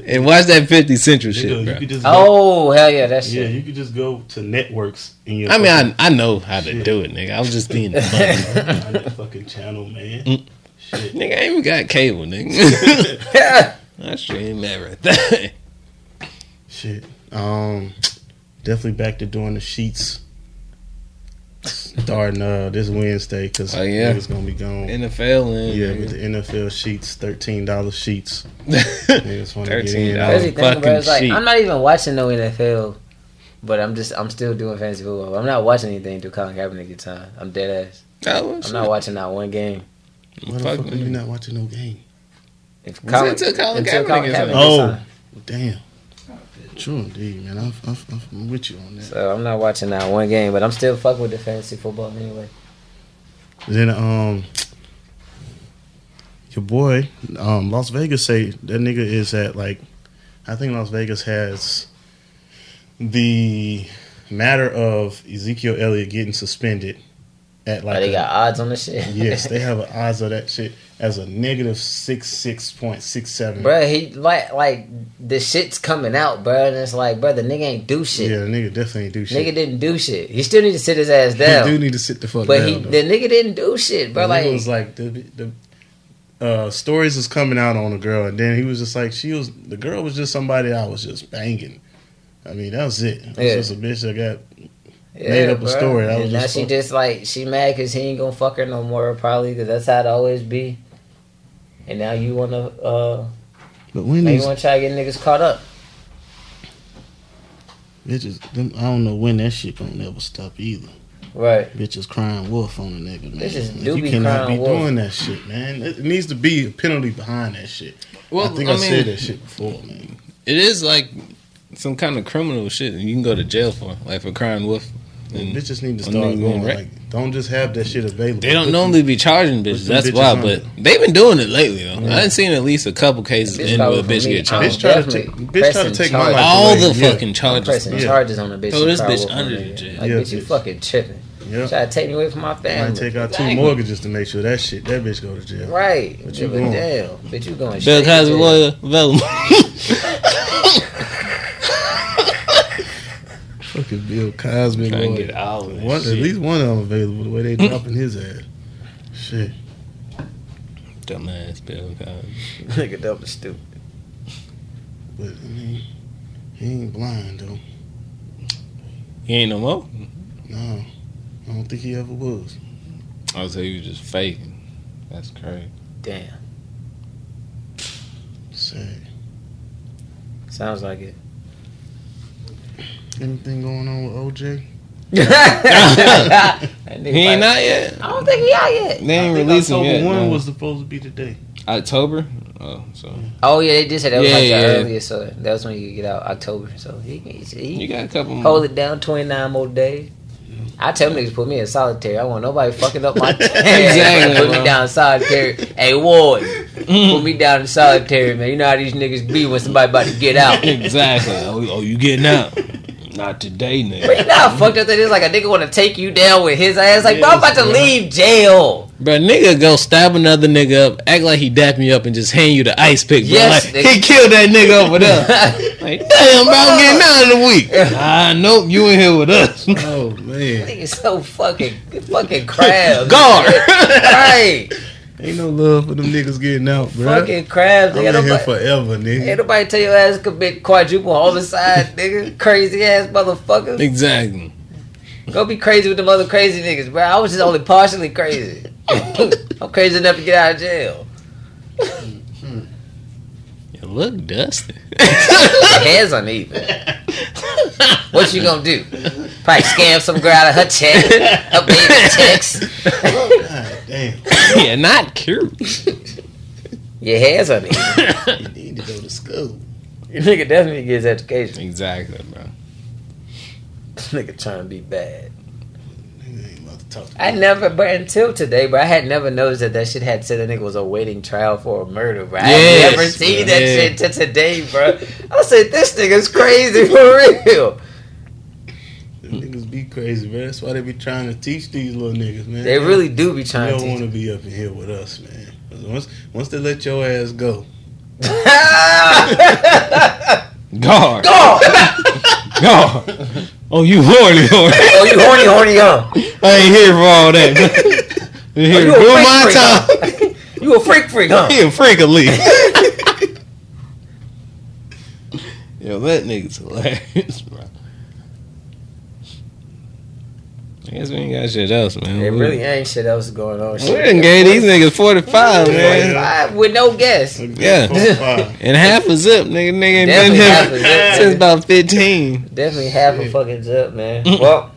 and watch that 50 Central shit, Nigga, bro. you could just go, Oh hell yeah, that yeah, shit. you could just go to networks. In your I mean, fucking- I I know how to do it, nigga. I was just being funny. on that fucking channel, man. Shit. Nigga, I ain't even got cable, nigga. I stream everything. Shit. Um, definitely back to doing the sheets. Starting uh this Wednesday because Oh, yeah. niggas gonna be gone. Yeah, NFL with the and NFL sheets, thirteen dollar sheets. They just wanna get thirteen in. dollars Crazy thing, bro. fucking It's like sheet. I'm not even watching no NFL, but I'm just I'm still doing fantasy football. I'm not watching anything through Colin Kaepernick at time. I'm dead ass. Oh, I'm shit. not watching not one game. Why the Fuck fuck, are me. you not watching no game? If Was it until Colin Kaepernick is Kaepernick on? is Oh. on. Damn. True indeed, man. I'm, I'm, I'm- I'm with you on that. So I'm not watching that one game, but I'm still fuck with the fantasy football anyway. Then um, your boy, um, Las Vegas say that nigga is at like, I think Las Vegas has the matter of Ezekiel Elliott getting suspended at Like, like Oh, they a- got odds on the shit. Yes, they have an odds of that shit as a negative six six point six seven. Bruh, he like like the shit's coming out, bruh, and it's like, bruh, the nigga ain't do shit. Yeah, the nigga definitely ain't do Nigga shit. didn't do shit. He still need to sit his ass He do down. need to sit the fuck But down. he though. the nigga didn't do shit, The bro. nigga Like was like the the uh, stories was coming out on the girl, and then he was just like she was the girl was just somebody I was just banging. I mean that was it. It was Yeah. just a bitch that got yeah, made up a bruh. story. That And was now just she fuck- just like she mad because he ain't gonna fuck her no more, probably because that's how it always be. And now you wanna uh but when now you these wanna try to get niggas caught up. bitches them, I don't know when that shit gonna never stop either. Right. Bitches crying wolf on the nigga, man. This is Like, do you be cannot crying be wolf. doing that shit, man. It it needs to be a penalty behind that shit. well, I think I, said that shit before, man. it is like some kind of criminal shit, and you can go to jail for like for crying wolf. And bitches need to I start mean, going. right. Like, don't just have that shit available. They don't Put normally be charging put bitches. some That's bitches why, on but it. they've been doing it lately though. I done seen at least a couple cases Bitch end probably where a for bitch me. get I'm charged. Bitch try to definitely take. Bitch try to pressing take my charges. life All away. the yeah. fucking I'm charges. pressing Yeah. charges on a bitch. Throw who this cry bitch wolf on under her. the jail. Like Yeah, bitch, you bitch. fucking tripping. Yeah. Try to take me away from my Might family. take out two Exactly. mortgages to make sure that shit that bitch go to jail. Right. What But you you going? going jail. But you Bill going straight to Cosby jail. lawyer available. Fucking Bill Cosby. Trying boy. to get all of that One- At shit. least one of them available. The way they dropping his ass. Shit. Dumbass Bill Cosby. Nigga dumb and stupid. But I mean, he ain't blind though. He ain't no more. No, I don't think he ever was. I would say he was just faking. That's crazy. Damn. Sad. Sounds like it. Anything going on with OJ? That nigga He ain't probably- out yet. I don't think he out yet. They I ain't think released him October yet. one no. was supposed to be today. October. Oh, so Oh yeah, they did say that was Yeah, like the yeah. earliest, so that was when you could get out October. So he, he, you he got a couple more. hold it down twenty nine more days. I tell them niggas put me in solitary. I want nobody fucking up my Exactly, Put bro. me down in solitary. Hey Ward, put me down in solitary, man. You know how these niggas be when somebody about to get out. Exactly. Oh, oh, you getting out? Not today, But nigga. you know how fucked up that is? Like a nigga want to take you down with his ass. Like, bro, I'm about to Yes, bro. leave jail. But nigga go stab another nigga up, act like he dapping you up, and just hand you the ice pick. Bro. like, Yes, nigga. he killed that nigga over there. like, damn, bro, I'm getting out of the week. Ah, nope, you in here with us. Oh man, Nigga so fucking fucking crabs. Guard. right, ain't no love for them niggas getting out, bro. fucking crabs. I'm Nigga, in here nobody, forever, ain't nigga. nobody tell your ass to commit quadruple homicide, nigga. Crazy ass motherfucker. Exactly. Go be crazy with them other crazy niggas, bro. I was just only partially crazy. I'm crazy enough to get out of jail. You look dusty. Your hair's uneven. What you gonna do? Probably scam some girl out of her check, her baby checks. God damn, yeah, not cute. Your hair's uneven. you need to go to school. Your nigga definitely gets education. Exactly, bro. This nigga trying to be bad. Nigga ain't about to talk. To I never, but until today, bro, I had never noticed that that shit had said that nigga was awaiting trial for a murder, bro. I Yes, had never seen bro. that Yeah. shit to today, bro. I said, this nigga's crazy for real. Them niggas be crazy, man. That's why they be trying to teach these little niggas, man. They really do be You trying don't to. want to be up in here with us, man. 'Cause Once, once they let your ass go, Guard. oh, Guard. Oh, you horny, horny. you horny, horny, huh? I ain't here for all that. I'm Oh, here you to do my a time. freak, freak, huh? You a freak, freak, huh? Here, frankly. Yo, that nigga's hilarious, bro. I guess we ain't got shit else, man. There we, really ain't shit else going on. we done gave these niggas 45, man. Five with no guess. Look, Yeah. four, five. And half a zip, nigga. Nigga ain't been Definitely half a here zip. since about 15. Definitely half a Shit. fucking zip, man. Mm. Well,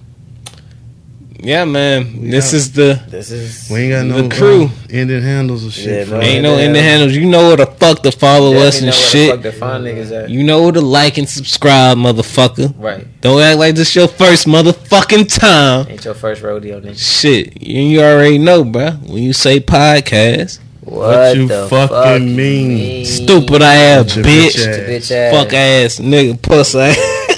Yeah, man. We this out. is the. this is. we ain't got no The crew. uh, ended handles or Yeah, shit. bro. bro. Ain't no yeah. in the handles. You know where the fuck to follow definitely us know and where the shit. fuck the fine niggas at. You know where to like and subscribe, motherfucker. Right. Don't act like this your first motherfucking time. Ain't your first rodeo, nigga. Shit, you, you already know, bruh. When you say podcast, What, you the fucking fuck mean? stupid ass Your bitch, bitch Bitch ass. fuck ass nigga, pussy.